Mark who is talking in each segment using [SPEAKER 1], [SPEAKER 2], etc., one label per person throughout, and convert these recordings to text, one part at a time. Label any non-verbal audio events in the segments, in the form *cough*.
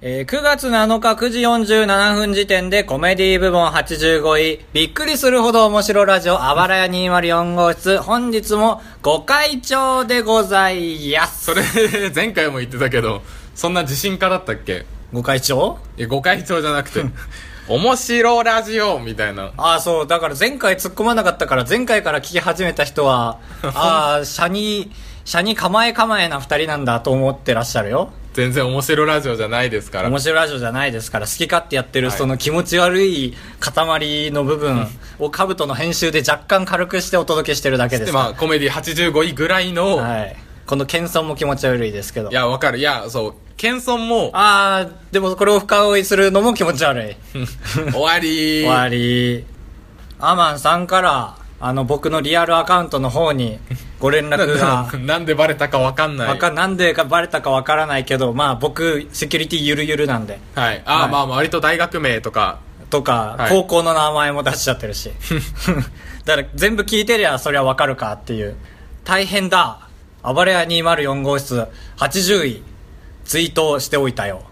[SPEAKER 1] えー9月7日9時47分時点でコメディ部門85位、びっくりするほど面白ラジオ、あばらや204号室、本日もご会長でございやす。
[SPEAKER 2] それ *laughs* 前回も言ってたけどそんな自信家だったっけ
[SPEAKER 1] ご会長
[SPEAKER 2] いやご会長じゃなく
[SPEAKER 1] *laughs*
[SPEAKER 2] て「面白ラジオ」みたいな
[SPEAKER 1] ああ、そう、だから前回突っ込まなかったから、前回から聞き始めた人 *laughs* は、ああ、シャに、シャに構え構えな二人なんだと思ってらっしゃるよ。
[SPEAKER 2] 全然面白ラジオじゃないですから
[SPEAKER 1] 面白いラジオじゃないですから好き勝手やってる
[SPEAKER 2] はい
[SPEAKER 1] その気持ち悪い塊の部分をカブトの編集で若干軽くしてお届けしてるだけで
[SPEAKER 2] です
[SPEAKER 1] か
[SPEAKER 2] まあコメディ85位ぐらいの、
[SPEAKER 1] ら、はい、この謙遜も気持ち悪いですけど
[SPEAKER 2] い、やわかるいやそう謙遜も
[SPEAKER 1] ああでもこれを深追いするのも気持ち悪い
[SPEAKER 2] 終わり
[SPEAKER 1] 終わりアマンさんからあの僕のリアルアカウントの方 *laughs* にご連絡
[SPEAKER 2] な
[SPEAKER 1] が
[SPEAKER 2] *laughs* ななんでバレたかわかんない
[SPEAKER 1] わかなんでかバレたかわからないけどまあ僕セキュリティゆるゆるなんで
[SPEAKER 2] はいあ、
[SPEAKER 1] はい
[SPEAKER 2] まあまあ割と大学名とか
[SPEAKER 1] とか、
[SPEAKER 2] はい
[SPEAKER 1] 高校の名前も出しちゃってる *laughs* しだから全部聞いてりゃそりゃわかるかっていう大変だ暴れ屋204号室80位ツイートしておいたよ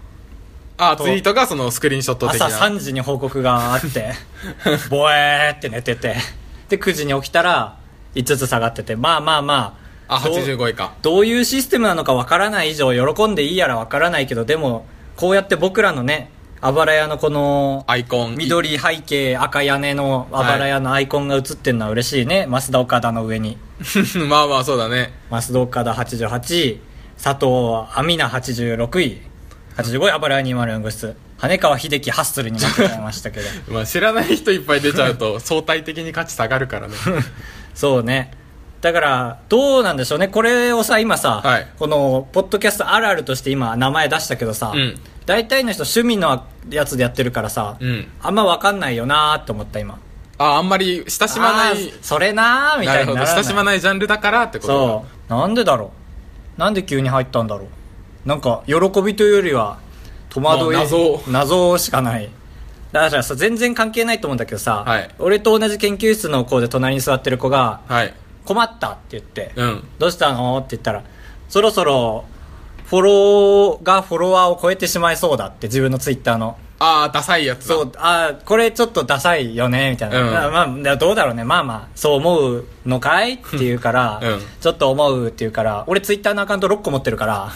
[SPEAKER 2] あ
[SPEAKER 1] と
[SPEAKER 2] ツイートがそのスクリーンショット的
[SPEAKER 1] 朝
[SPEAKER 2] な
[SPEAKER 1] 3時に報告があって
[SPEAKER 2] *laughs*
[SPEAKER 1] ボエーって寝ててで9時に起きたら5つ下がっててまあまあまあ
[SPEAKER 2] あ
[SPEAKER 1] どう
[SPEAKER 2] 85位か
[SPEAKER 1] どういうシステムなのかわからない以上喜んでいいやらわからないけどでもこうやって僕らのねあばら屋のこの
[SPEAKER 2] アイコン
[SPEAKER 1] 緑背景赤屋根のあばら屋のアイコンが映ってるのは嬉しいね、増田岡田の上に
[SPEAKER 2] *laughs* まあまあそうだね
[SPEAKER 1] 増田岡田88位佐藤亜美奈86位85位あばら屋204号室羽川秀樹ハッスルになってしまいましたけど
[SPEAKER 2] まあ知らない人いっぱい出ちゃう
[SPEAKER 1] *laughs*
[SPEAKER 2] と相対的に価値下がるからね
[SPEAKER 1] そうねだからどうなんでしょうねこれをさ今さ、
[SPEAKER 2] はい
[SPEAKER 1] このポッドキャストあるあるとして今名前出したけどさ、
[SPEAKER 2] うん
[SPEAKER 1] 大体の人趣味のやつでやってるからさ、
[SPEAKER 2] うん
[SPEAKER 1] あんま分かんないよなーって思った今
[SPEAKER 2] ああんまり親しまな
[SPEAKER 1] あ
[SPEAKER 2] い
[SPEAKER 1] ーそれなーみ
[SPEAKER 2] な
[SPEAKER 1] たい
[SPEAKER 2] る
[SPEAKER 1] にな
[SPEAKER 2] ほ
[SPEAKER 1] ら
[SPEAKER 2] ど
[SPEAKER 1] ない
[SPEAKER 2] 親しまないジャンルだからってことだ
[SPEAKER 1] そうなんでだろうなんで急に入ったんだろうなんか喜びというよりは戸惑い
[SPEAKER 2] もう謎
[SPEAKER 1] 謎しかないだからさ全然関係ないと思うんだけどさ、
[SPEAKER 2] はい
[SPEAKER 1] 俺と同じ研究室の子で隣に座ってる子が
[SPEAKER 2] はい
[SPEAKER 1] 「困った」って言って「
[SPEAKER 2] うん
[SPEAKER 1] どうしたの?」って言ったら「そろそろフォローがフォロワーを超えてしまいそうだ」って自分のツイッターの
[SPEAKER 2] ああダサいやつだ
[SPEAKER 1] そう、あーこれちょっとダサいよね、みたいな。
[SPEAKER 2] うん
[SPEAKER 1] まあまあ、どうだろうね。まあまあ、そう思うのかいって言うから、
[SPEAKER 2] うん
[SPEAKER 1] ちょっと思うって言うから、俺ツイッターのアカウント6個持ってる
[SPEAKER 2] *laughs*
[SPEAKER 1] から、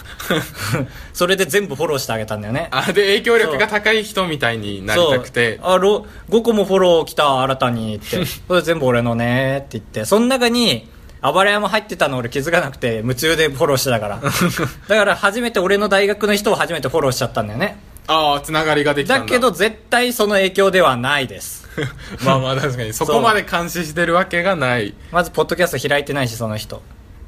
[SPEAKER 1] それで全部フォローしてあげたんだよね。
[SPEAKER 2] あで影響力が高い人みたいになりたくて
[SPEAKER 1] そうあろ5個もフォロー来た新たにって
[SPEAKER 2] *laughs*
[SPEAKER 1] それ全部俺のねって言ってその中に暴れ屋も入ってたの俺気づかなくて夢中でフォローしてた
[SPEAKER 2] *laughs*
[SPEAKER 1] からだから初めて俺の大学の人を初めてフォローしちゃったんだよね
[SPEAKER 2] ああつながりができたん
[SPEAKER 1] だ
[SPEAKER 2] だ
[SPEAKER 1] けど絶対その影響ではないです
[SPEAKER 2] *laughs* まあまあ確かにそこまで監視してるわけがない
[SPEAKER 1] まずポッドキャスト開いてないしその人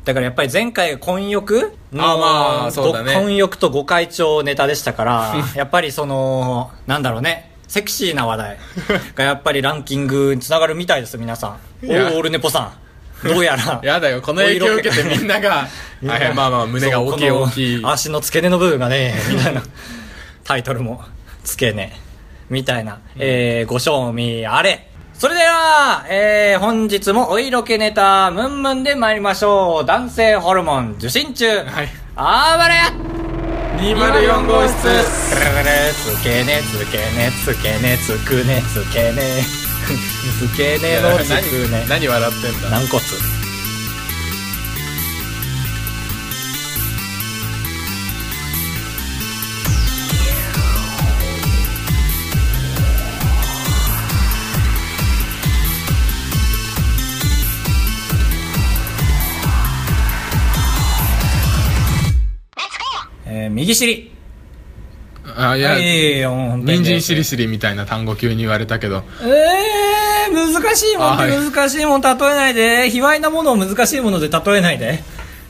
[SPEAKER 1] だからやっぱり前回が混浴の
[SPEAKER 2] あまあそうだね
[SPEAKER 1] ご混浴とご会長ネタでしたから
[SPEAKER 2] *laughs*
[SPEAKER 1] やっぱりそのなんだろうねセクシーな話題がやっぱりランキングにつながるみたいです皆さんお
[SPEAKER 2] いや
[SPEAKER 1] ーオールネポさんどうやら
[SPEAKER 2] やだよこの影響を受けてみんなが
[SPEAKER 1] みんな
[SPEAKER 2] あいやまあまあ胸が大きい
[SPEAKER 1] そうこの
[SPEAKER 2] 大きい
[SPEAKER 1] 足の付け根の部分がね *laughs* みたいなタイトルも付け根みたいな、えーご賞味あれそれでは、えー本日もお色気ネタムンムンで参りましょう男性ホルモン受信中、
[SPEAKER 2] はい
[SPEAKER 1] あばれや
[SPEAKER 2] 204号室
[SPEAKER 1] ぐるぐるつけねつけねつけねつくねつけねつけねのつくね
[SPEAKER 2] 何何笑ってんだ
[SPEAKER 1] 軟骨えー右尻
[SPEAKER 2] あいや
[SPEAKER 1] いやもう本当にね
[SPEAKER 2] 人参しりしりみたいな単語急に言われたけど
[SPEAKER 1] えー、難しいもんって
[SPEAKER 2] はい
[SPEAKER 1] 難しいもん例えないで、卑猥なものを難しいもので例えないで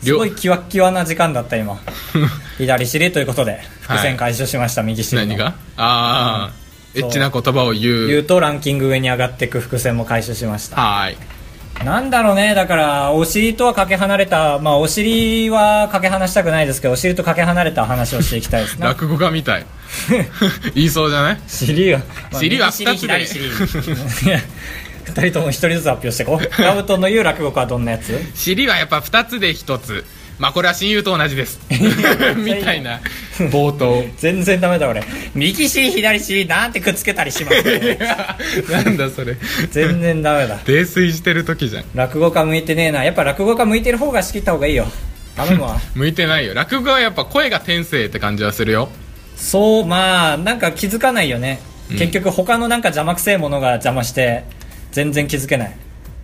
[SPEAKER 1] すごいキワッキワな時間だった今左尻ということで伏線回収しました、右尻の
[SPEAKER 2] 何がああエ
[SPEAKER 1] ん
[SPEAKER 2] ッチな言葉を言
[SPEAKER 1] 言
[SPEAKER 2] う
[SPEAKER 1] うとランキング上に上がっていく伏線も回収しました
[SPEAKER 2] はーい
[SPEAKER 1] なんだろうねだからお尻とはかけ離れたまあお尻はかけ離したくないですけどお尻とかけ離れた話をしていきたいですね
[SPEAKER 2] 落語家み
[SPEAKER 1] *laughs*
[SPEAKER 2] たい言いそうじゃない
[SPEAKER 1] 尻は、まあ
[SPEAKER 2] 尻は
[SPEAKER 1] 右尻
[SPEAKER 2] 二つで
[SPEAKER 1] 左
[SPEAKER 2] *laughs*
[SPEAKER 1] 尻いや二人とも一人ずつ発表していこうラブトンの言う落語家はどんなやつ
[SPEAKER 2] 尻はやっぱ2つで1つまあこれは親友と同じですみたいな冒
[SPEAKER 1] *laughs*
[SPEAKER 2] 頭
[SPEAKER 1] 全然ダメだ俺右 C 左 C なんてくっつけたりします
[SPEAKER 2] いやなんだそれ
[SPEAKER 1] 全然ダメだ
[SPEAKER 2] 泥酔してる時じゃん
[SPEAKER 1] 落語家向いてねえなやっぱ落語家向いてる方が仕切った方がいいよ頼むわ
[SPEAKER 2] 向いてないよ落語はやっぱ声が天性って感じはするよ
[SPEAKER 1] そうまあなんか気づかないよね、
[SPEAKER 2] うん
[SPEAKER 1] 結局他のなんか邪魔くせえものが邪魔して全然気づけない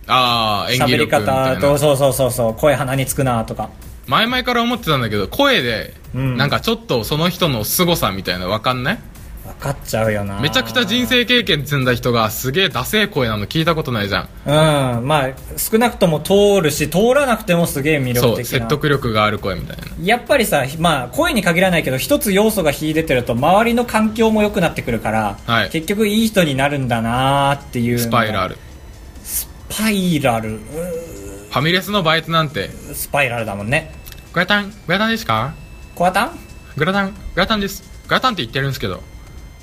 [SPEAKER 2] ああ演技
[SPEAKER 1] 喋
[SPEAKER 2] 力
[SPEAKER 1] り
[SPEAKER 2] みたい
[SPEAKER 1] 方
[SPEAKER 2] な
[SPEAKER 1] とそうそうそうそう声鼻につくなとか
[SPEAKER 2] 前々から思ってたんだけど声で
[SPEAKER 1] うん
[SPEAKER 2] なんかちょっとその人の凄さみたいなの分かんない
[SPEAKER 1] 分かっちゃうよな
[SPEAKER 2] めちゃくちゃ人生経験積んだ人がすげえダセえ声なの聞いたことないじゃん
[SPEAKER 1] うんまあ少なくとも通るし通らなくてもすげえ魅
[SPEAKER 2] そ
[SPEAKER 1] 力
[SPEAKER 2] う
[SPEAKER 1] 的な
[SPEAKER 2] 説得力がある声みたいな
[SPEAKER 1] やっぱりさ、まあ、声に限らないけど一つ要素が秀でてると周りの環境も良くなってくるから、
[SPEAKER 2] はい
[SPEAKER 1] 結局いい人になるんだなーっていう
[SPEAKER 2] スパイラ
[SPEAKER 1] ル
[SPEAKER 2] ル
[SPEAKER 1] スパイラルう
[SPEAKER 2] ファミレスのバイトなんて
[SPEAKER 1] ースパイラルだもんね
[SPEAKER 2] グラタングラタンですか
[SPEAKER 1] コアタン
[SPEAKER 2] グラタングラタンですグラタンって言ってるんですけど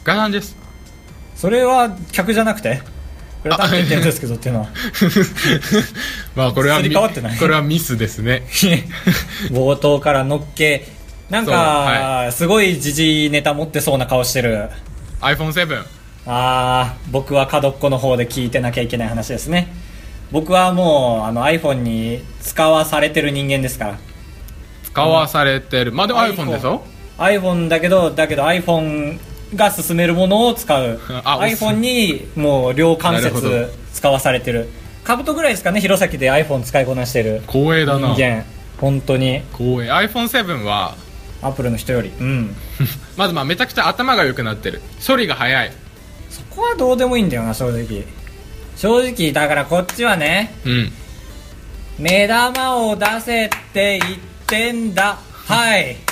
[SPEAKER 2] グラタンです *laughs*
[SPEAKER 1] それは客じゃなくてグラタンって言ってるんですけどっていうのは *laughs*
[SPEAKER 2] まあこれは
[SPEAKER 1] すり
[SPEAKER 2] み
[SPEAKER 1] 替わってない
[SPEAKER 2] これはミスですね
[SPEAKER 1] 冒頭からのっけなんか、
[SPEAKER 2] そうは
[SPEAKER 1] すごい時事ネタ持ってそうな顔してる
[SPEAKER 2] iPhone7
[SPEAKER 1] あー僕は角っこの方で聞いてなきゃいけない話ですね僕はもうあの iPhone に使わされてる人間ですから
[SPEAKER 2] 使わされてるまあでも iPhone でしょ
[SPEAKER 1] iPhone だけどだけど iPhone が勧めるものを使う
[SPEAKER 2] *laughs* あおす
[SPEAKER 1] iPhone にもう両関
[SPEAKER 2] なるほど
[SPEAKER 1] 節使わされてる兜ぐらいですかね弘前で iPhone 使いこなしてる
[SPEAKER 2] 光栄だ
[SPEAKER 1] 人
[SPEAKER 2] な光栄
[SPEAKER 1] 間本当に
[SPEAKER 2] iPhone7 は
[SPEAKER 1] アップルの人よりうん
[SPEAKER 2] まずまあめちゃくちゃ頭が良くなってる処理が早い
[SPEAKER 1] そこはどうでもいいんだよな正直正直だからこっちはね
[SPEAKER 2] うん
[SPEAKER 1] 目玉を出せって言ってんだはい
[SPEAKER 2] *laughs*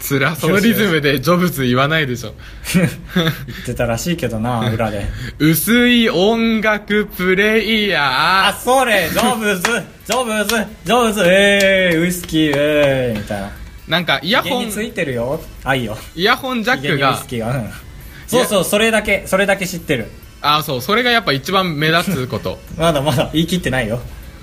[SPEAKER 2] つらそのリズムでジョブズ言わないでしょ
[SPEAKER 1] 言ってたらしいけど *laughs* な裏で
[SPEAKER 2] 薄い音楽プレイ
[SPEAKER 1] あ
[SPEAKER 2] ヤー
[SPEAKER 1] それジョブズジョブズジョブズえー、ウイスキーえー、みたいな
[SPEAKER 2] なんかイヤ
[SPEAKER 1] 家
[SPEAKER 2] ホン
[SPEAKER 1] についてるよ愛よ
[SPEAKER 2] イヤホンジャッ
[SPEAKER 1] 家
[SPEAKER 2] ク
[SPEAKER 1] にウイ
[SPEAKER 2] が
[SPEAKER 1] スキーがうんそうそうそれだけそれだけ知ってる
[SPEAKER 2] あそうそれがやっぱ一番目立つこと
[SPEAKER 1] まだまだ言い切ってないよ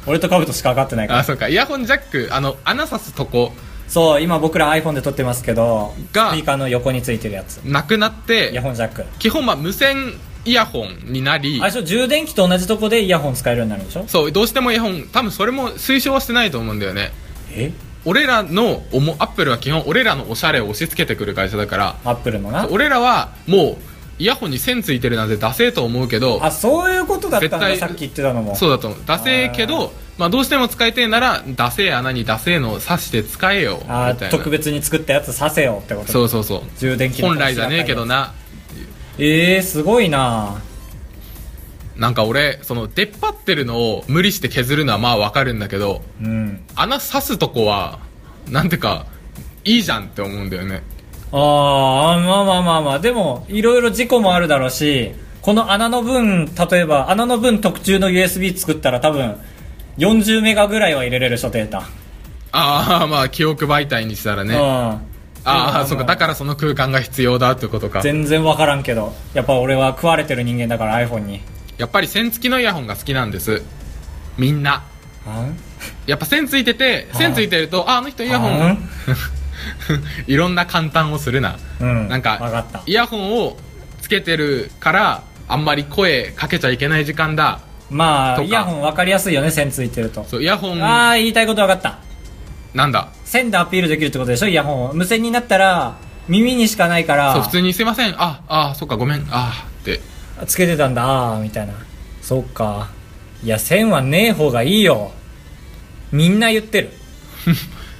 [SPEAKER 1] 俺とカブトしか分かってないか
[SPEAKER 2] *laughs* あ
[SPEAKER 1] ら
[SPEAKER 2] そうかイヤホンジャックあの穴刺すとこ
[SPEAKER 1] そう今僕ら iPhone で撮ってますけど
[SPEAKER 2] が
[SPEAKER 1] スピーカーの横についてるやつ
[SPEAKER 2] なくなっ
[SPEAKER 1] イヤ
[SPEAKER 2] て
[SPEAKER 1] ホンジャック
[SPEAKER 2] 基本まあ無線イヤホンになり
[SPEAKER 1] あれでしょ充電器と同じとこでイヤホン使えるようになるんでしょ
[SPEAKER 2] そうどうしてもイヤホン多分それも推奨はしてないと思うんだよね
[SPEAKER 1] え
[SPEAKER 2] 俺らのおもアップルは基本俺らのおしゃれを押し付けてくる会社だから
[SPEAKER 1] アップルのな
[SPEAKER 2] 俺らはもうイヤホンに線ついてるなんてダセえと思うけど
[SPEAKER 1] あそういうことだったんだ
[SPEAKER 2] 絶
[SPEAKER 1] さ
[SPEAKER 2] 対
[SPEAKER 1] っき言ってたのも
[SPEAKER 2] そうだと思うダセえけどまあ、どうしても使いてえならダセえ穴にダセえのを刺して使えよみた
[SPEAKER 1] あ
[SPEAKER 2] いな
[SPEAKER 1] ー特別に作ったやつさせよってこと
[SPEAKER 2] そうそうそう
[SPEAKER 1] 充電器の
[SPEAKER 2] 本来じゃねえけどな
[SPEAKER 1] ええー、すごいな
[SPEAKER 2] なんか俺その出っ張ってるのを無理して削るのはまあわかるんだけど
[SPEAKER 1] うん
[SPEAKER 2] 穴刺すとこはなんてかいいじゃんって思うんだよね
[SPEAKER 1] ああまあまあまあまあでもいろいろ事故もあるだろうしこの穴の分例えば穴の分特注の USB 作ったら多分40メガぐらいは入れれるでしょデータ、
[SPEAKER 2] ああまあ記憶媒体にしたらねあ
[SPEAKER 1] うん
[SPEAKER 2] あーそうかだからその空間が必要だってことか
[SPEAKER 1] 全然分からんけどやっぱ俺は食われてる人間だから iPhone に
[SPEAKER 2] やっぱり線付きのイヤホンが好きなんですみんなやっぱ線ついてて線ついてるとああの人イヤホ
[SPEAKER 1] あ
[SPEAKER 2] ン *laughs* いろんな簡単をするな、
[SPEAKER 1] うん
[SPEAKER 2] なんか
[SPEAKER 1] わかった
[SPEAKER 2] イヤホンをつけてるからあんまり声かけちゃいけない時間だ
[SPEAKER 1] まあ
[SPEAKER 2] とか
[SPEAKER 1] イヤホン分かりやすいよね線ついてると
[SPEAKER 2] そうイヤホン
[SPEAKER 1] ああ言いたいこと分かった
[SPEAKER 2] なんだ
[SPEAKER 1] 線でアピールできるってことでしょイヤホンを無線になったら耳にしかないから
[SPEAKER 2] そう普通に「すいませんああそっかごめんあ」って
[SPEAKER 1] つけてたんだあーみたいなそっかいや線はねえ方がいいよみんな言
[SPEAKER 2] *laughs*
[SPEAKER 1] ってる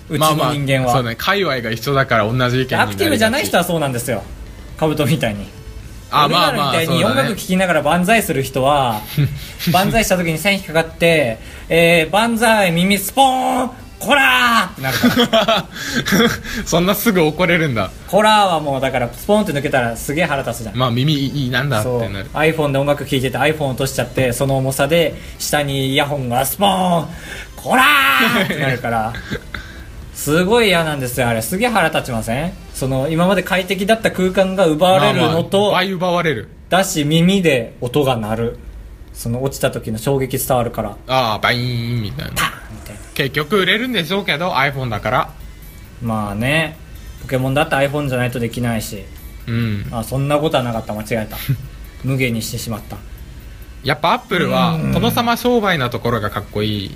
[SPEAKER 1] うちの人間は、
[SPEAKER 2] そうね界隈が一緒だから同じ意見にな
[SPEAKER 1] アクティブじゃない人
[SPEAKER 2] は
[SPEAKER 1] はそうなんですよカブトみたいに
[SPEAKER 2] あ
[SPEAKER 1] 俺
[SPEAKER 2] ま
[SPEAKER 1] ら
[SPEAKER 2] あま
[SPEAKER 1] み
[SPEAKER 2] あ
[SPEAKER 1] たい
[SPEAKER 2] そう
[SPEAKER 1] に音
[SPEAKER 2] だ
[SPEAKER 1] 楽
[SPEAKER 2] ね
[SPEAKER 1] 聴きながら万歳する人
[SPEAKER 2] *laughs*
[SPEAKER 1] は万歳した時に線引っかかって「えー、万歳耳スポーンこらー!」ってなるから
[SPEAKER 2] *laughs* そんなすぐ怒れるんだ
[SPEAKER 1] こらーはもうだからスポーンって抜けたらすげえ腹立つじゃん
[SPEAKER 2] まあ耳いいなんだっ
[SPEAKER 1] そう
[SPEAKER 2] てなる
[SPEAKER 1] iPhone で音楽聴いてて iPhone 落としちゃってその重さで下にイヤホンがスポーンこらーってなるから
[SPEAKER 2] *laughs*
[SPEAKER 1] すごい嫌なんですよあれすげえ腹立ちませんその今まで快適だった空間が奪われる
[SPEAKER 2] まあまあ
[SPEAKER 1] のと、
[SPEAKER 2] 倍奪われる
[SPEAKER 1] だし耳で音が鳴るその落ちた時の衝撃伝わるから
[SPEAKER 2] ああバイーンみたいな
[SPEAKER 1] パーンみたいな
[SPEAKER 2] 結局売れるんでしょうけど iPhone だから
[SPEAKER 1] まあねポケモンだって iPhone じゃないとできないし
[SPEAKER 2] うん
[SPEAKER 1] あそんなことはなかった間違え
[SPEAKER 2] *laughs*
[SPEAKER 1] た無限にしてしまった
[SPEAKER 2] やっぱアップルは
[SPEAKER 1] うん
[SPEAKER 2] 殿様商売なところがかっこいい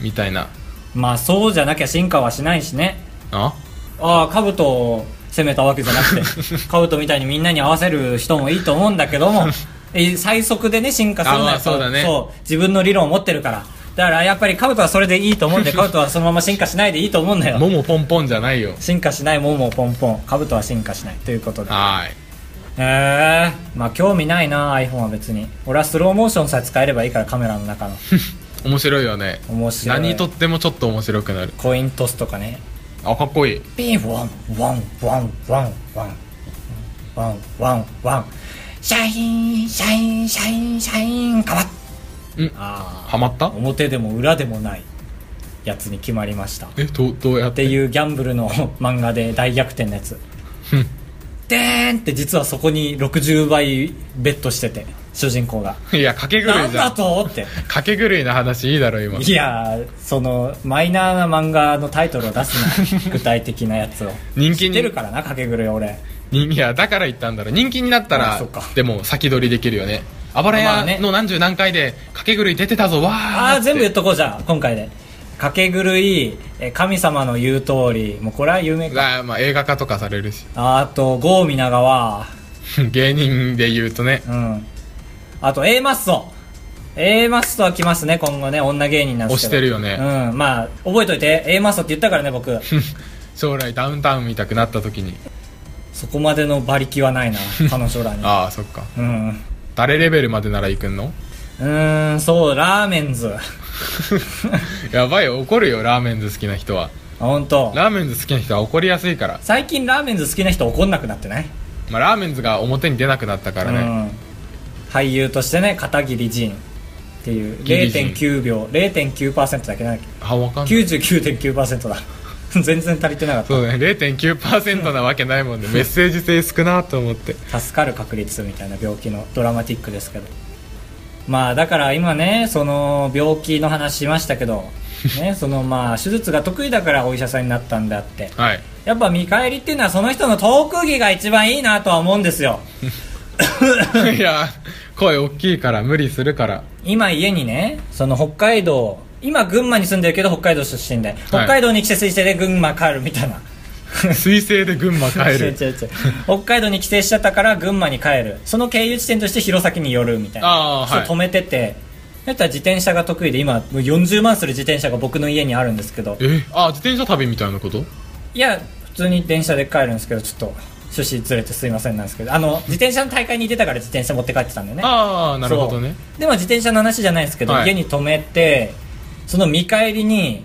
[SPEAKER 2] みたいな
[SPEAKER 1] まあそうじゃなきゃ進化はしないしね
[SPEAKER 2] あ
[SPEAKER 1] ああ兜を攻めたわけじゃな
[SPEAKER 2] *laughs*
[SPEAKER 1] くて兜みたいにみんなに合わせる人もいいと思うんだけ
[SPEAKER 2] *laughs*
[SPEAKER 1] どもえ最速でね進化するの
[SPEAKER 2] あま
[SPEAKER 1] は
[SPEAKER 2] あそうだね
[SPEAKER 1] そう自分の理論を持ってるからだからやっぱり兜はそれでいいと思うん
[SPEAKER 2] *laughs*
[SPEAKER 1] で兜はそのまま進化しないでいいと思うんだよ
[SPEAKER 2] ももポンポンじゃないよ
[SPEAKER 1] 進化しないもんもポンポン兜は進化しないということで
[SPEAKER 2] はーい
[SPEAKER 1] へえまあ興味ないな iPhone は別に俺はスローモーションさえ使えればいいからカメラの中の
[SPEAKER 2] 面白いよね
[SPEAKER 1] 面白い
[SPEAKER 2] 何とってもちょっと面白くなる
[SPEAKER 1] コイントスとかね
[SPEAKER 2] あかっこいい
[SPEAKER 1] ピンワンワンワンワンワンワンワンワンシャインシャインシャインシャイン変わっ
[SPEAKER 2] うん
[SPEAKER 1] あ
[SPEAKER 2] ハマった
[SPEAKER 1] あ表でも裏でもないやつに決まりましたっ
[SPEAKER 2] えどどうやってて
[SPEAKER 1] いうギャンブルの漫画で大逆転のやつ
[SPEAKER 2] うん
[SPEAKER 1] でーんって実はそこに60倍ベットしてて主人公が
[SPEAKER 2] *laughs* いや賭け狂
[SPEAKER 1] ないん
[SPEAKER 2] じゃ
[SPEAKER 1] だ
[SPEAKER 2] ん
[SPEAKER 1] とって
[SPEAKER 2] 賭け狂いな話いいだろ今
[SPEAKER 1] いやーそのマイナーな漫画のタイトルを出すな具体的なやつを
[SPEAKER 2] 人気
[SPEAKER 1] 知
[SPEAKER 2] に
[SPEAKER 1] ってるからな駆け狂い俺
[SPEAKER 2] 人 *laughs* いやだから言ったんだろ人気になった
[SPEAKER 1] あ
[SPEAKER 2] ら
[SPEAKER 1] そっか
[SPEAKER 2] でも先取りできるよねあばら
[SPEAKER 1] まあね
[SPEAKER 2] 屋の何十何回で賭け狂い出てたぞわー
[SPEAKER 1] ああー全部言っ
[SPEAKER 2] っ
[SPEAKER 1] とこうじゃあ今回で駆け狂いえー神様の言う通りもうこれは有名
[SPEAKER 2] て
[SPEAKER 1] か
[SPEAKER 2] あーまあ映画化とかされるし *laughs*
[SPEAKER 1] ああと郷皆川
[SPEAKER 2] 芸人で言うとね
[SPEAKER 1] うんあと A マッソ A マッソは来ますね今後ね女芸人なんですけど
[SPEAKER 2] 推してるよね
[SPEAKER 1] うんまあ覚えといて A マッソって言ったからね僕
[SPEAKER 2] *laughs* 将来ダウンタウン見たくなった時に
[SPEAKER 1] そこまでの馬力は
[SPEAKER 2] *laughs*
[SPEAKER 1] ないな彼女らに
[SPEAKER 2] ああそっか
[SPEAKER 1] うん
[SPEAKER 2] 誰レベルまでなら行くんの *laughs*
[SPEAKER 1] うーんそうラーメンズ
[SPEAKER 2] やばいよ怒るよラーメンズ好きな人は
[SPEAKER 1] あ本当。
[SPEAKER 2] ラーメンズ好きな人は怒りやすいから、
[SPEAKER 1] 最近ラーメンズ好きな人怒んなくなってない、
[SPEAKER 2] まあ、ラーメンズが表に出なくなったからね、
[SPEAKER 1] うん、俳優としてね片桐仁っていう
[SPEAKER 2] ギリ仁
[SPEAKER 1] 0.9秒0.9%だけなんだっ
[SPEAKER 2] あわかん
[SPEAKER 1] け
[SPEAKER 2] ない
[SPEAKER 1] 99.9%だ *laughs* 全然足りてなかっ
[SPEAKER 2] そうね0.9%なわけないも
[SPEAKER 1] *laughs*
[SPEAKER 2] んねメッセージ性少なと思って
[SPEAKER 1] た助かる確率みたいな病気のドラマティックですけどまあだから今ねその病気の話しましたけ
[SPEAKER 2] *laughs*
[SPEAKER 1] どねそのまあ手術が得意だからお医者さんになったんであって
[SPEAKER 2] はい
[SPEAKER 1] やっぱ見返りっていうのはその人の特技が一番いいなとは思うんです
[SPEAKER 2] *laughs*
[SPEAKER 1] よ
[SPEAKER 2] いや声大きいから無理す
[SPEAKER 1] *laughs*
[SPEAKER 2] るから
[SPEAKER 1] 今家にねその北海道今群馬に住んでるけど北海道出身で北海道に帰省してで群馬帰るみたいな、
[SPEAKER 2] 彗星で群馬帰
[SPEAKER 1] 違う
[SPEAKER 2] る
[SPEAKER 1] 違う違う北海道に帰省しちゃったから群馬に帰るその経由地点として弘前に寄るみたいな
[SPEAKER 2] あーはい
[SPEAKER 1] そう止めててだったら自転車が得意で今もう40万する自転車が僕の家にあるんですけど
[SPEAKER 2] えあ自転車旅みたいなこと
[SPEAKER 1] いや普通に電車で帰るんですけどちょっと趣旨ずれてすいませんなんですけどあの自転車の大会に出たから自転車持って帰ってたんだよね
[SPEAKER 2] ああなるほどね
[SPEAKER 1] そうでも自転車の話じゃないですけど、
[SPEAKER 2] はい
[SPEAKER 1] 家に止めてその見返りに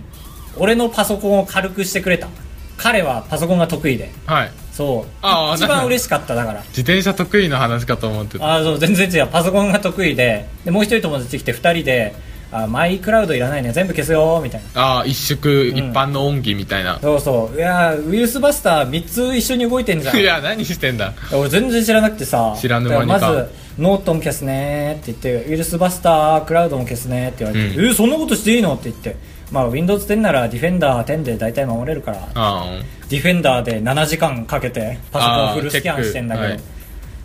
[SPEAKER 1] 俺のパソコンを軽くしてくれた彼はパソコンが得意で
[SPEAKER 2] はい
[SPEAKER 1] そう
[SPEAKER 2] ああ
[SPEAKER 1] 一
[SPEAKER 2] なん
[SPEAKER 1] 番
[SPEAKER 2] か
[SPEAKER 1] 嬉しかっただから
[SPEAKER 2] 自転車得意の話かと思ってた
[SPEAKER 1] ああそう全然違うパソコンが得意ででもう一人友達来て2人であマイクラウドいらないね全部消すよみたいな
[SPEAKER 2] ああ一色一般の恩義みたいな、
[SPEAKER 1] そうそういやーウイルスバスター3つ一緒に動いてんじゃん
[SPEAKER 2] いや何してんだ
[SPEAKER 1] 俺全然知らなくてさ
[SPEAKER 2] 知らぬ間にか
[SPEAKER 1] だからまずノートも消すねって言ってウイルスバスタークラウドも消すねって言われて、
[SPEAKER 2] うん
[SPEAKER 1] えそんなことしていいのって言ってまあ Windows10 ならディフェンダー10で大体守れるから
[SPEAKER 2] ああ
[SPEAKER 1] ディフェンダーで7時間かけてパソコンフルスキャンしてんだけど、
[SPEAKER 2] あーチェッ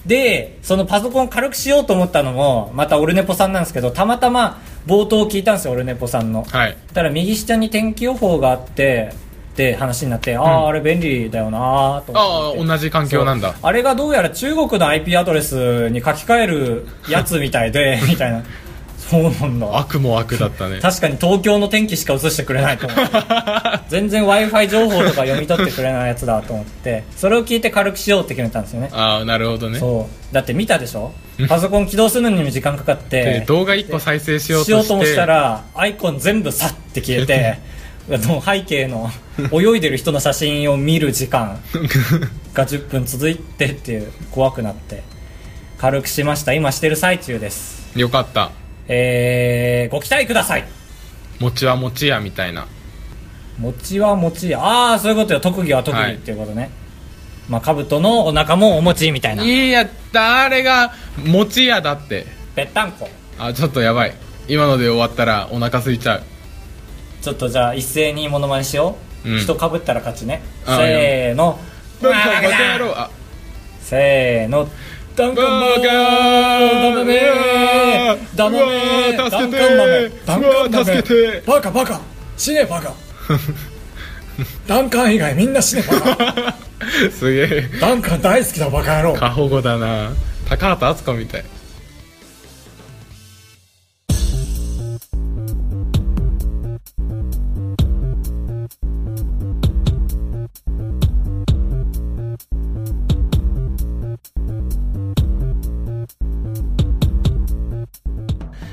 [SPEAKER 1] でそのパソコン軽くしようと思ったのもまたオルネポさんなんですけどたまたま冒頭聞いたんですよオルネポさんの
[SPEAKER 2] はい
[SPEAKER 1] たら右下に天気予報があってって話になってああ、あれ便利だよなーと思って
[SPEAKER 2] ああ同じ環境なんだ
[SPEAKER 1] そうあれがどうやら中国の IP アドレスに書き換えるやつみたい
[SPEAKER 2] *laughs*
[SPEAKER 1] でみたいなそうなんだ
[SPEAKER 2] 悪も悪だったね
[SPEAKER 1] 確かに東京の天気しか映してくれないと思う
[SPEAKER 2] *laughs*
[SPEAKER 1] 全然 w i f i 情報とか読み取ってくれないやつだと思ってそれを聞いて軽くしようって決めたんですよね
[SPEAKER 2] ああなるほどね
[SPEAKER 1] そうだって見たでしょパソコン起動するのにも時間かかって
[SPEAKER 2] で動画1個再生しよう
[SPEAKER 1] し
[SPEAKER 2] として
[SPEAKER 1] ようともしたらアイコン全部さって消え *laughs* てあの背景の泳いでる人の写真を見る時間が10分続いてっていう怖くなって軽くしました今してる最中です
[SPEAKER 2] よかった
[SPEAKER 1] えー、ご期待ください
[SPEAKER 2] 餅は餅やみたいな
[SPEAKER 1] 餅は餅ああそういうことよ特技は特技っていうことね、まあ兜のお腹もお餅みたいない
[SPEAKER 2] や誰が餅やだって
[SPEAKER 1] ぺったんこ
[SPEAKER 2] あちょっとやばい今ので終わったらお腹空いちゃう
[SPEAKER 1] ちょっとじゃあ一斉にモノマネしよう、
[SPEAKER 2] うん
[SPEAKER 1] 人かぶったら勝ちね
[SPEAKER 2] あ
[SPEAKER 1] せーの
[SPEAKER 2] どんどんバカ野郎あ
[SPEAKER 1] せーのダン
[SPEAKER 2] バ
[SPEAKER 1] カン
[SPEAKER 2] カ
[SPEAKER 1] ダメダメ
[SPEAKER 2] うわ
[SPEAKER 1] ダン
[SPEAKER 2] 助
[SPEAKER 1] カ
[SPEAKER 2] け
[SPEAKER 1] ンダメ
[SPEAKER 2] て
[SPEAKER 1] ダンカン
[SPEAKER 2] うわ
[SPEAKER 1] ダメ
[SPEAKER 2] 助けて
[SPEAKER 1] バカバカ死ね
[SPEAKER 2] *laughs*
[SPEAKER 1] バカダンカン以外みんな死ねバカ
[SPEAKER 2] すげえ
[SPEAKER 1] ダンカン大好きだバカ野郎
[SPEAKER 2] 過保護だな高畑敦子みたい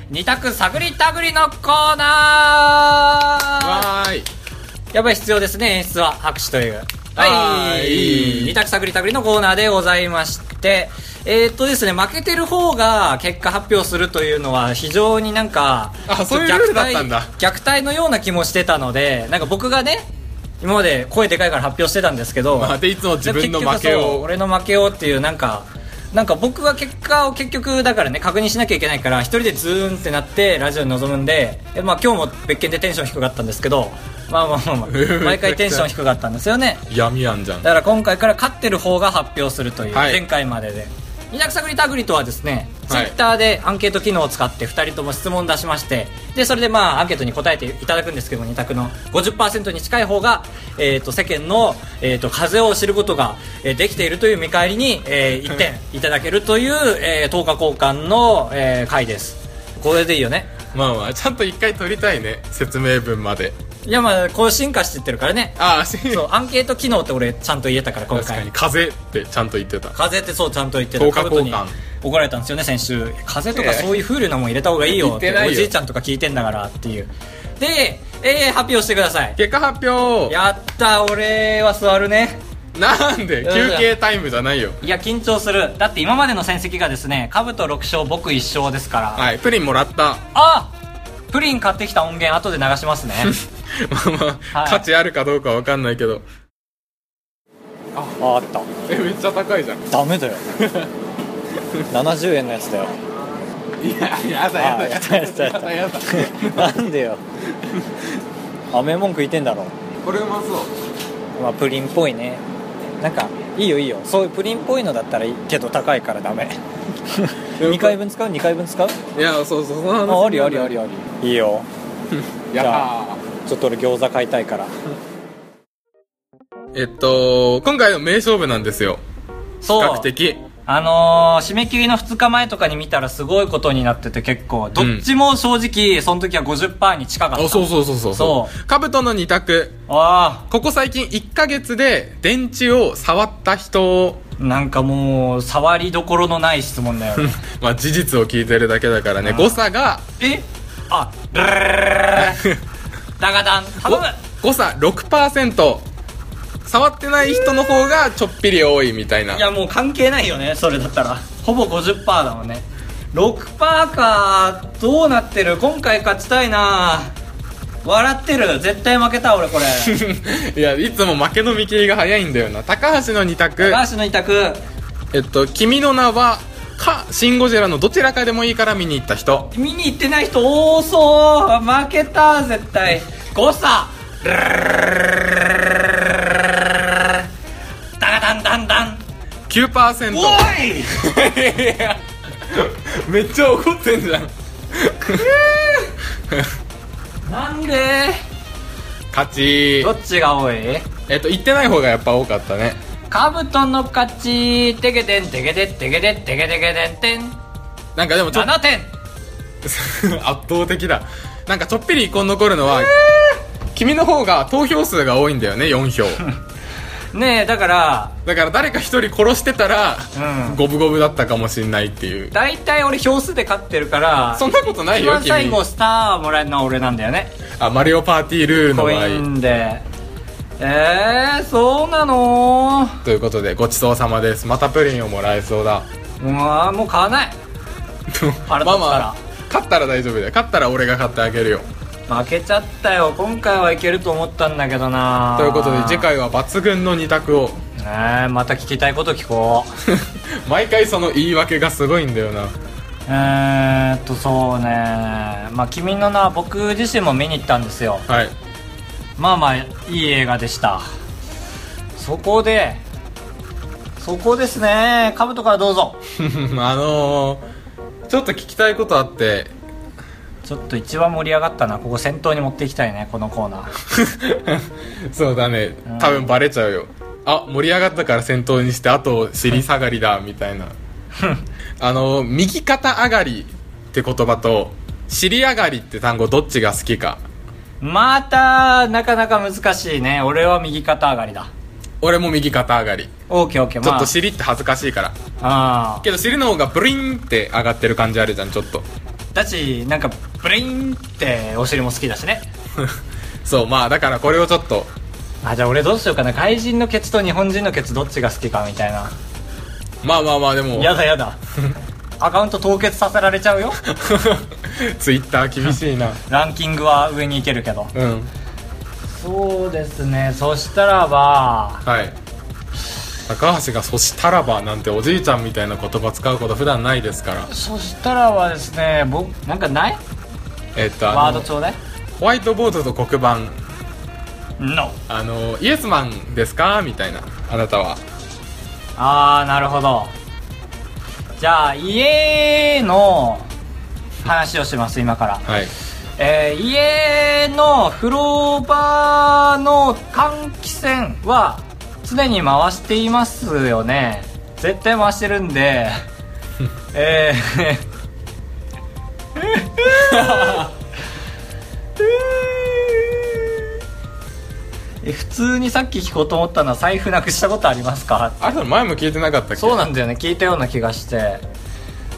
[SPEAKER 1] 二択探り探りのコーナー
[SPEAKER 2] わーい
[SPEAKER 1] やっぱり必要ですね演出は拍手というは
[SPEAKER 2] はいい
[SPEAKER 1] 二択探り探りのコーナーでございましてえーっとですね負けてる方が結果発表するというのは非常になんか
[SPEAKER 2] あそういうルールだったんだ
[SPEAKER 1] 虐待虐待のような気もしてたのでなんか僕がね今まで声でかいから発表してたんですけど、
[SPEAKER 2] まあでいつも自分の
[SPEAKER 1] でも結
[SPEAKER 2] 負け
[SPEAKER 1] 局そう
[SPEAKER 2] を、
[SPEAKER 1] 俺の負けをっていうなんかなんか僕は結果を結局だからね確認しなきゃいけないから一人でズーンってなってラジオに臨むんでえ、まあ、今日も別件でテンション低かったんですけどまあまあまあ、まあ
[SPEAKER 2] *laughs*
[SPEAKER 1] 毎回テンション低かったんですよね
[SPEAKER 2] 闇やんじゃん
[SPEAKER 1] だから今回から勝ってる方が発表するという、
[SPEAKER 2] はい
[SPEAKER 1] 前回までで二択探り探りとはですね、
[SPEAKER 2] はい
[SPEAKER 1] Twitter でアンケート機能を使って2人とも質問を出しましてでそれでまあアンケートに答えていただくんですけども2択の50%に近い方が、えー、と世間の、えー、と風を知ることが、えーできているという見返りに、え1点いただけるという、え10日交換の、えー回ですこれでいいよね
[SPEAKER 2] まあまあちゃんと一回取りたいね説明文まで
[SPEAKER 1] いやまあこう進化していってるからね
[SPEAKER 2] *laughs* ああし
[SPEAKER 1] そうアンケート機能って俺ちゃんと言えたから今
[SPEAKER 2] 確
[SPEAKER 1] 回
[SPEAKER 2] かに風ってちゃんと言ってた
[SPEAKER 1] 風ってそうちゃんと言って
[SPEAKER 2] 等
[SPEAKER 1] た
[SPEAKER 2] 価
[SPEAKER 1] カブト
[SPEAKER 2] 交換
[SPEAKER 1] に怒られたんですよね先週風とかそういう風流なもん入れた方がいいよって
[SPEAKER 2] 言ってない
[SPEAKER 1] お
[SPEAKER 2] よ
[SPEAKER 1] じいちゃんとか聞いてんだからっていうで、えー、発表してください
[SPEAKER 2] 結果発表
[SPEAKER 1] やった俺は座るね
[SPEAKER 2] なんで
[SPEAKER 1] うん
[SPEAKER 2] 休憩タイムじゃないよ
[SPEAKER 1] いや緊張するだって今までの戦績がですねカブト6勝僕1勝ですから、
[SPEAKER 2] はいプリンもら *laughs* った
[SPEAKER 1] あプリン買ってきた音源後で流しますね
[SPEAKER 2] まあまあ、
[SPEAKER 1] はい
[SPEAKER 2] 価値あるかどうかわかんないけど
[SPEAKER 1] *laughs* ああった
[SPEAKER 2] えめっちゃ高いじゃん
[SPEAKER 1] ダメだよ *laughs* 70円のやつだよ
[SPEAKER 2] いややだ
[SPEAKER 1] やだやだやだやだ
[SPEAKER 2] や
[SPEAKER 1] *laughs*
[SPEAKER 2] だ
[SPEAKER 1] なんでよ雨文句言ってんだろ
[SPEAKER 2] これうまそう
[SPEAKER 1] まあ、プリンっぽいねなんかいいよいいよそういうプリンっぽいのだったらいいけど高いからダメ2回分使う2回分使う
[SPEAKER 2] いやそうそうその話
[SPEAKER 1] あありありありありいいよ
[SPEAKER 2] や
[SPEAKER 1] じ
[SPEAKER 2] だ
[SPEAKER 1] ちょっと俺餃子買いたいから
[SPEAKER 2] えっと今回の名勝負なんですよ比
[SPEAKER 1] そ
[SPEAKER 2] 較的
[SPEAKER 1] あのー締め切りの2日前とかに見たらすごいことになってて結構どっちも正直その時は50%に近かった、
[SPEAKER 2] あそうそうそうそう
[SPEAKER 1] そ
[SPEAKER 2] そうカブトの2択
[SPEAKER 1] あ
[SPEAKER 2] ここ最近1ヶ月で電池を触った人
[SPEAKER 1] あなんかもう触りどころのない質問だよね
[SPEAKER 2] *laughs* まあ事実を聞いてるだけだからね
[SPEAKER 1] ん
[SPEAKER 2] 誤差が
[SPEAKER 1] えあルルルルルルルダガダン頼む
[SPEAKER 2] 誤差6%触ってない人の方がちょっぴり多いみたいない
[SPEAKER 1] やもう関係ないよねそれだったらほぼ50%だもんね6%かどうなってる今回勝ちたいな笑ってる絶対負けた俺これ
[SPEAKER 2] *laughs*
[SPEAKER 1] *laughs*
[SPEAKER 2] いやいつも負けの見切りが早いんだよな高橋の2択
[SPEAKER 1] 高橋の委託
[SPEAKER 2] えっと「君の名は」か「シン・ゴジラ」のどちらかでもいいから見に行った人
[SPEAKER 1] 見に行ってない人多そう負けた絶対誤差ダダンダンダン
[SPEAKER 2] 9%
[SPEAKER 1] おい
[SPEAKER 2] いや *laughs* めっちゃ怒ってんじゃん
[SPEAKER 1] なんで
[SPEAKER 2] *laughs* 勝ち
[SPEAKER 1] どっちが多い
[SPEAKER 2] えっと行ってない方がやっぱ多かったね
[SPEAKER 1] カブトの勝ちテゲテンテゲテテゲテテゲテゲテンテン
[SPEAKER 2] なんかでもちょっと
[SPEAKER 1] 7点
[SPEAKER 2] *laughs* 圧倒的だなんかちょっぴり遺恨残るのは、君の方が投票数が多いんだよね4票
[SPEAKER 1] ねえだから
[SPEAKER 2] だから誰か一人殺してたら、
[SPEAKER 1] うん
[SPEAKER 2] 五分五分だったかもしんないっていう
[SPEAKER 1] 大体俺票数で勝ってるから
[SPEAKER 2] そんなことない
[SPEAKER 1] 一
[SPEAKER 2] よ
[SPEAKER 1] 番
[SPEAKER 2] 君
[SPEAKER 1] 最後スターもらえるのは俺なんだよね
[SPEAKER 2] あマリオパーティールールの
[SPEAKER 1] コ
[SPEAKER 2] 場
[SPEAKER 1] イ
[SPEAKER 2] 合
[SPEAKER 1] ンでえー、そうなの
[SPEAKER 2] ということでごちそうさまですまたプリンをもらえそうだ
[SPEAKER 1] うわもう買わない腹立つから
[SPEAKER 2] まあまあ勝ったら大丈夫だよ勝ったら俺が買ってあげるよ
[SPEAKER 1] 負けちゃったよ今回はいけると思ったんだけどな
[SPEAKER 2] ということで次回は抜群の二択を *laughs*
[SPEAKER 1] ねえまた聞きたいこと聞こ
[SPEAKER 2] 毎回その言い訳がすごいんだよな
[SPEAKER 1] えーっとそうねまあ君の名は僕自身も見に行ったんですよ
[SPEAKER 2] はい *laughs*
[SPEAKER 1] まあまあいい映画でしたそこでそこですねカブトからどうぞ
[SPEAKER 2] あのー、ちょっと聞きたいことあって
[SPEAKER 1] ちょっと一番盛り上がったなここ先頭に持っていきたいねこのコーナー
[SPEAKER 2] そうだね多分バレちゃうよあ盛り上がったから先頭にしてあと尻下がりだみたいな *laughs* あの右肩上がりって言葉と尻上がりって単語どっちが好きか
[SPEAKER 1] またなかなか難しいね俺は右肩上がりだ
[SPEAKER 2] 俺も右肩上がり
[SPEAKER 1] オーケーオーケー
[SPEAKER 2] ちょ
[SPEAKER 1] ま
[SPEAKER 2] っ
[SPEAKER 1] あ
[SPEAKER 2] と尻って恥ずかしいから
[SPEAKER 1] あ
[SPEAKER 2] けど尻の方がブリンって上がってる感じあるじゃんちょっ
[SPEAKER 1] あ
[SPEAKER 2] と
[SPEAKER 1] だしなんかブリンってお尻も好きだしね
[SPEAKER 2] そうまあだからこれをちょっと
[SPEAKER 1] あじゃあ俺どうしようかな外人のケツと日本人のケツどっちが好きかみたいな
[SPEAKER 2] まあまあまあでも
[SPEAKER 1] やだや
[SPEAKER 2] *laughs*
[SPEAKER 1] だアカウント凍結させられちゃうよ
[SPEAKER 2] ツイッター厳しいな
[SPEAKER 1] ランキングは上に行けるけど
[SPEAKER 2] うん
[SPEAKER 1] そうですねそしたらば
[SPEAKER 2] はい高橋が「そしたらば」なんておじいちゃんみたいな言葉使うこと普段ないですから
[SPEAKER 1] そしたらはですね僕なんかない
[SPEAKER 2] えっと
[SPEAKER 1] ワ
[SPEAKER 2] あ
[SPEAKER 1] ード
[SPEAKER 2] の
[SPEAKER 1] ちょうだい
[SPEAKER 2] ホワイトボードと黒板
[SPEAKER 1] No
[SPEAKER 2] あのイエスマンですかみたいなあなたは
[SPEAKER 1] ああなるほどじゃあ家の話をします今から
[SPEAKER 2] はい
[SPEAKER 1] えー家の風呂場の換気扇は常に回していますよね絶対回してるんでえー *laughs* え普通にさっき聞こうと思ったのは財布なくしたことありますか
[SPEAKER 2] あれ前も聞いてなかったっけ
[SPEAKER 1] そうなんだよね聞いたような気がして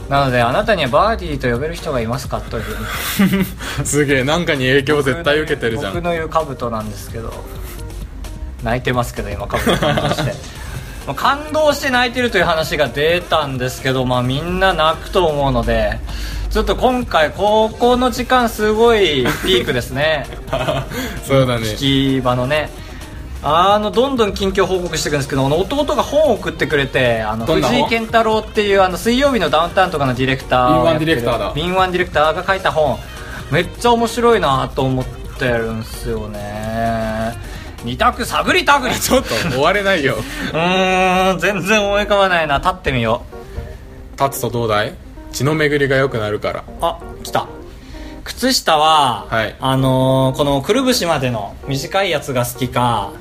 [SPEAKER 1] なのであなたにはバーディーと呼べる人がいますかという
[SPEAKER 2] *laughs* すげえなんかに影響絶対受けてるじゃ
[SPEAKER 1] 僕
[SPEAKER 2] ん
[SPEAKER 1] の言う兜なんですけど泣いてますけど今兜感動して
[SPEAKER 2] *laughs*
[SPEAKER 1] まあ感動して泣いてるという話が出たんですけど、まあ、みんな泣くと思うのでちょっと今回ここの時間すごいピークですね
[SPEAKER 2] そうだね
[SPEAKER 1] 聞き場のねあのどんどん近況報告していくんですけどあの弟が本を送ってくれてあの
[SPEAKER 2] どんな本
[SPEAKER 1] 藤井健太郎っていうあの水曜日のダウンタウンとかのディレクターをやってる
[SPEAKER 2] 敏腕ディレクターだ
[SPEAKER 1] 敏腕ディレクターが書いた本めっちゃ面白いなと思ってるんですよね二択探り探り
[SPEAKER 2] *laughs* ちょっと終われないよ
[SPEAKER 1] うーん全然思い浮かばないな立ってみよう
[SPEAKER 2] 立つとどうだい血の巡りが良くなるから
[SPEAKER 1] あ来た靴下は、
[SPEAKER 2] はい
[SPEAKER 1] あのーこのくるぶしまでの短いやつが好きか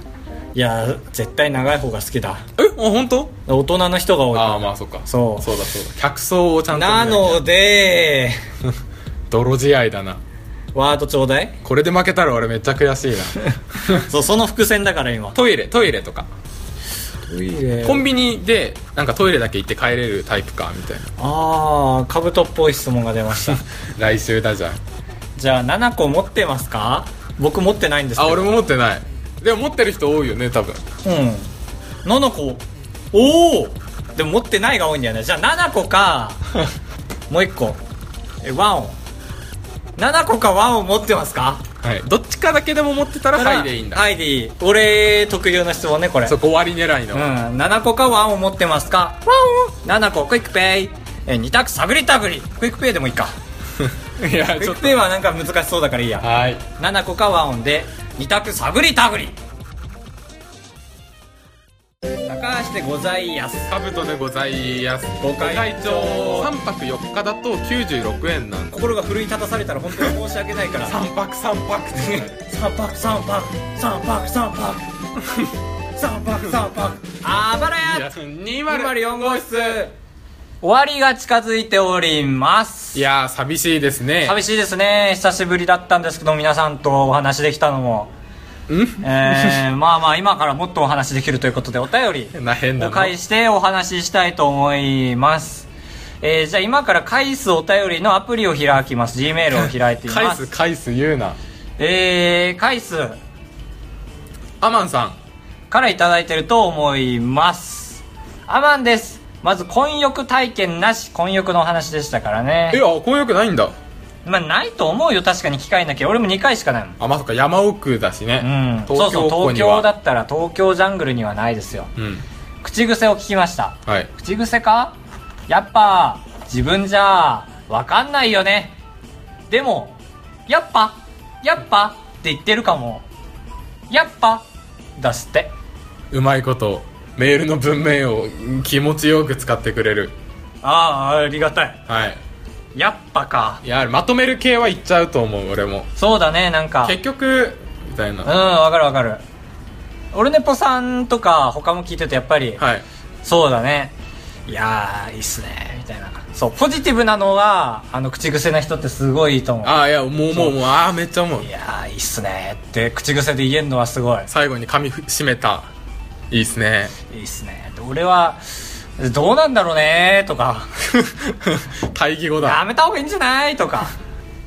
[SPEAKER 1] いや絶対長い方が好きだ
[SPEAKER 2] えあ本当
[SPEAKER 1] 大人の人が多い
[SPEAKER 2] ああまあそっか
[SPEAKER 1] そう
[SPEAKER 2] そうだそうだ客層をちゃんと見
[SPEAKER 1] ない
[SPEAKER 2] と
[SPEAKER 1] ので
[SPEAKER 2] 泥仕合だな
[SPEAKER 1] ワードちょう
[SPEAKER 2] *laughs*
[SPEAKER 1] だい
[SPEAKER 2] これで負けたら俺めっちゃ悔しい *laughs* な
[SPEAKER 1] そうその伏線だから今
[SPEAKER 2] トイレトイレとか
[SPEAKER 1] トイレ
[SPEAKER 2] コンビニでなんかトイレだけ行って帰れるタイプかみたいな
[SPEAKER 1] ああかぶとっぽい質問が出ました
[SPEAKER 2] *laughs* 来週だじゃん
[SPEAKER 1] じゃあ7個持ってますか僕持ってないんですけ
[SPEAKER 2] あ
[SPEAKER 1] ど
[SPEAKER 2] 俺も持ってないでも持ってる人多いよね多分
[SPEAKER 1] うん7個おおでも持ってないが多いんだよねじゃあ7個
[SPEAKER 2] *laughs*
[SPEAKER 1] かもう1個えワンを7個かワンを持ってますか
[SPEAKER 2] はいどっちかだけでも持ってたらはいでいいんだ、
[SPEAKER 1] はいでいい俺特有の質問ねこれ
[SPEAKER 2] そう5割狙いの、
[SPEAKER 1] うん、7個かワンを持ってますかワンを7個クイックペイえ2択探り探りクイックペイでもいいか
[SPEAKER 2] *laughs* い
[SPEAKER 1] ク
[SPEAKER 2] や
[SPEAKER 1] イ
[SPEAKER 2] ち
[SPEAKER 1] ック
[SPEAKER 2] ょっと
[SPEAKER 1] ペイはなんか難しそうだからいいや
[SPEAKER 2] はい
[SPEAKER 1] 7個かワンオンで2択探り探り高橋でございやす
[SPEAKER 2] カブトでございやす
[SPEAKER 1] ご会長
[SPEAKER 2] 3泊4日だと96円なん
[SPEAKER 1] 心が奮い立たされたら本当に申し訳ないから
[SPEAKER 2] 3泊3泊って
[SPEAKER 1] *laughs* 三泊三泊三泊三泊
[SPEAKER 2] *laughs*
[SPEAKER 1] 三泊三泊あばらや
[SPEAKER 2] 204号室
[SPEAKER 1] 終わりが近づいております
[SPEAKER 2] いやー寂しいですね
[SPEAKER 1] 寂しいですね久しぶりだったんですけど皆さんとお話できたのも
[SPEAKER 2] ん
[SPEAKER 1] え
[SPEAKER 2] *laughs*
[SPEAKER 1] ー、まあまあ今からもっとお話できるということでお便り
[SPEAKER 2] な変な
[SPEAKER 1] お
[SPEAKER 2] の
[SPEAKER 1] 返ししてお話ししたいと思いますえー、じゃあ今から返すお便りのアプリを開きます G メールを開いてい
[SPEAKER 2] 返 *laughs*
[SPEAKER 1] ますす
[SPEAKER 2] 返す言うな
[SPEAKER 1] えー、返す
[SPEAKER 2] アマンさん
[SPEAKER 1] からいただいてると思いますアマンですまず婚浴体験なし婚浴のお話でしたから
[SPEAKER 2] え
[SPEAKER 1] ね
[SPEAKER 2] あ婚約ないんだ
[SPEAKER 1] まあないと思うよ確かに機会なきゃ俺も2回しかないもん
[SPEAKER 2] あまあそっか山奥だしね、
[SPEAKER 1] うんそう
[SPEAKER 2] 東
[SPEAKER 1] そう
[SPEAKER 2] 京っ子
[SPEAKER 1] 東
[SPEAKER 2] には
[SPEAKER 1] 京だったら東京ジャングルにはないですよ
[SPEAKER 2] うん
[SPEAKER 1] 口癖を聞きました
[SPEAKER 2] はい
[SPEAKER 1] 口癖かやっぱ自分じゃわかんないよねでもやっぱやっぱって言ってるかもやっぱだすって
[SPEAKER 2] うまいことメールの文面を気持ちよく使ってくれる
[SPEAKER 1] ああありがたい
[SPEAKER 2] はい
[SPEAKER 1] やっぱか
[SPEAKER 2] いやまとめる系はいっちゃうと思う俺も
[SPEAKER 1] そうだねなんか
[SPEAKER 2] 結局みたい
[SPEAKER 1] うん
[SPEAKER 2] な
[SPEAKER 1] わかるわかる俺ネポさんとか他も聞いててやっぱり、
[SPEAKER 2] はい
[SPEAKER 1] そうだねいやーいいっすねみたいなそうポジティブなのはあの口癖な人ってすごいいいと思う
[SPEAKER 2] ああいやもうもうもうああめっちゃ思う
[SPEAKER 1] いやーいいっすねって口癖で言えるのはすごい
[SPEAKER 2] 最後に髪ふ締めたいいっすね
[SPEAKER 1] いいっすねで俺はどうなんだろうねとか
[SPEAKER 2] 対義語だ
[SPEAKER 1] やめた方がいいんじゃないとか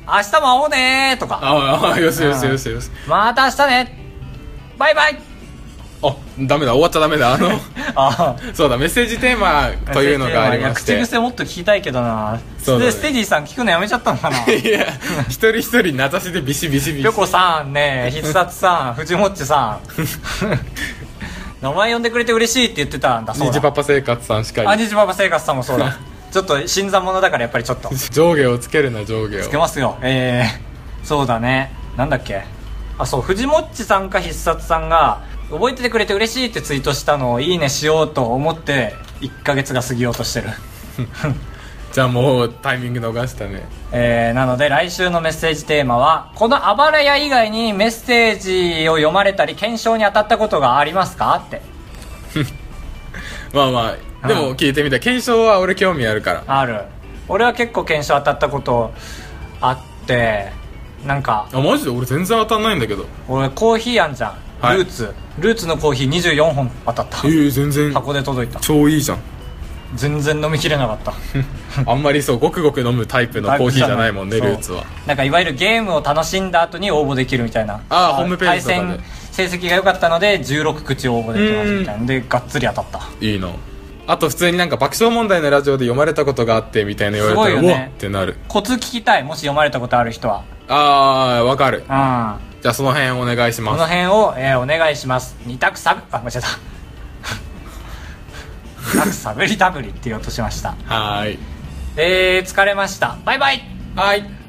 [SPEAKER 1] 明日も会おうねとか
[SPEAKER 2] ああよしよしよしよし
[SPEAKER 1] また明日ねバイバイ
[SPEAKER 2] あダメだ終わっちゃダメだあの *laughs*
[SPEAKER 1] あ
[SPEAKER 2] そうだメッセージテーマというのがありまし
[SPEAKER 1] い
[SPEAKER 2] て
[SPEAKER 1] や口癖もっと聞きたいけどな、
[SPEAKER 2] そうだね
[SPEAKER 1] でステディさん聞くのやめちゃったの
[SPEAKER 2] *laughs*
[SPEAKER 1] かな
[SPEAKER 2] いや一人一人名指しでビシビシビシ
[SPEAKER 1] ヨコさんね必殺さん藤もっちさん名前呼んでくれて嬉しいって言ってたんだそう
[SPEAKER 2] 虹
[SPEAKER 1] だ
[SPEAKER 2] パパ生活さんしか
[SPEAKER 1] あ
[SPEAKER 2] い
[SPEAKER 1] にじパパ生活さんもそうだちょっと新参者だからやっぱりちょっと
[SPEAKER 2] 上下をつけるな上下
[SPEAKER 1] つけ
[SPEAKER 2] を
[SPEAKER 1] ますよえー、そうだねなんだっけあそう藤もっちさんか必殺さんが覚えててくれて嬉しいってツイートしたのをいいねしようと思って1ヶ月が過ぎようとしてる
[SPEAKER 2] じゃあもうタイミング逃したね
[SPEAKER 1] えー、なので来週のメッセージテーマはこの暴れ屋以外にメッセージを読まれたり検証に当たったことがありますかって
[SPEAKER 2] まあまあでも聞いてみたい検証は俺興味あるから
[SPEAKER 1] ある俺は結構検証当たったことあってなんか
[SPEAKER 2] あマジで俺全然当たんないんだけど
[SPEAKER 1] 俺コーヒーあんじゃん、
[SPEAKER 2] はい
[SPEAKER 1] ルーツルーツのコーヒー24本当たった
[SPEAKER 2] ええ全然
[SPEAKER 1] 箱で届いた
[SPEAKER 2] 超いいじゃん
[SPEAKER 1] 全然飲みきれなかった
[SPEAKER 2] あんまりそうごくごく飲むタイ *laughs* プのコーヒーじゃないもんねルーツは
[SPEAKER 1] そうなんかいわゆるゲームを楽しんだ後に応募できるみたいな
[SPEAKER 2] あーホームページとかで
[SPEAKER 1] 対戦成績が良かったので16口応募できますみたいなのでがっつり当たった
[SPEAKER 2] いいなあと普通になんか爆笑問題のラジオで読まれたことがあってみたいな言わ
[SPEAKER 1] す
[SPEAKER 2] れたら、
[SPEAKER 1] ごいよ
[SPEAKER 2] う
[SPEAKER 1] ね
[SPEAKER 2] わっってなる
[SPEAKER 1] コツ聞きたいもし読まれたことある人は
[SPEAKER 2] ああわかる
[SPEAKER 1] うん
[SPEAKER 2] じゃあその辺お願いし
[SPEAKER 1] こ
[SPEAKER 2] ま
[SPEAKER 1] の
[SPEAKER 2] す
[SPEAKER 1] 辺を、えーお願いします二択さぶあ間違えた *laughs* 二択さぶりたぶりって言おうとしました
[SPEAKER 2] はーい
[SPEAKER 1] えー、疲れましたバイバイ
[SPEAKER 2] はい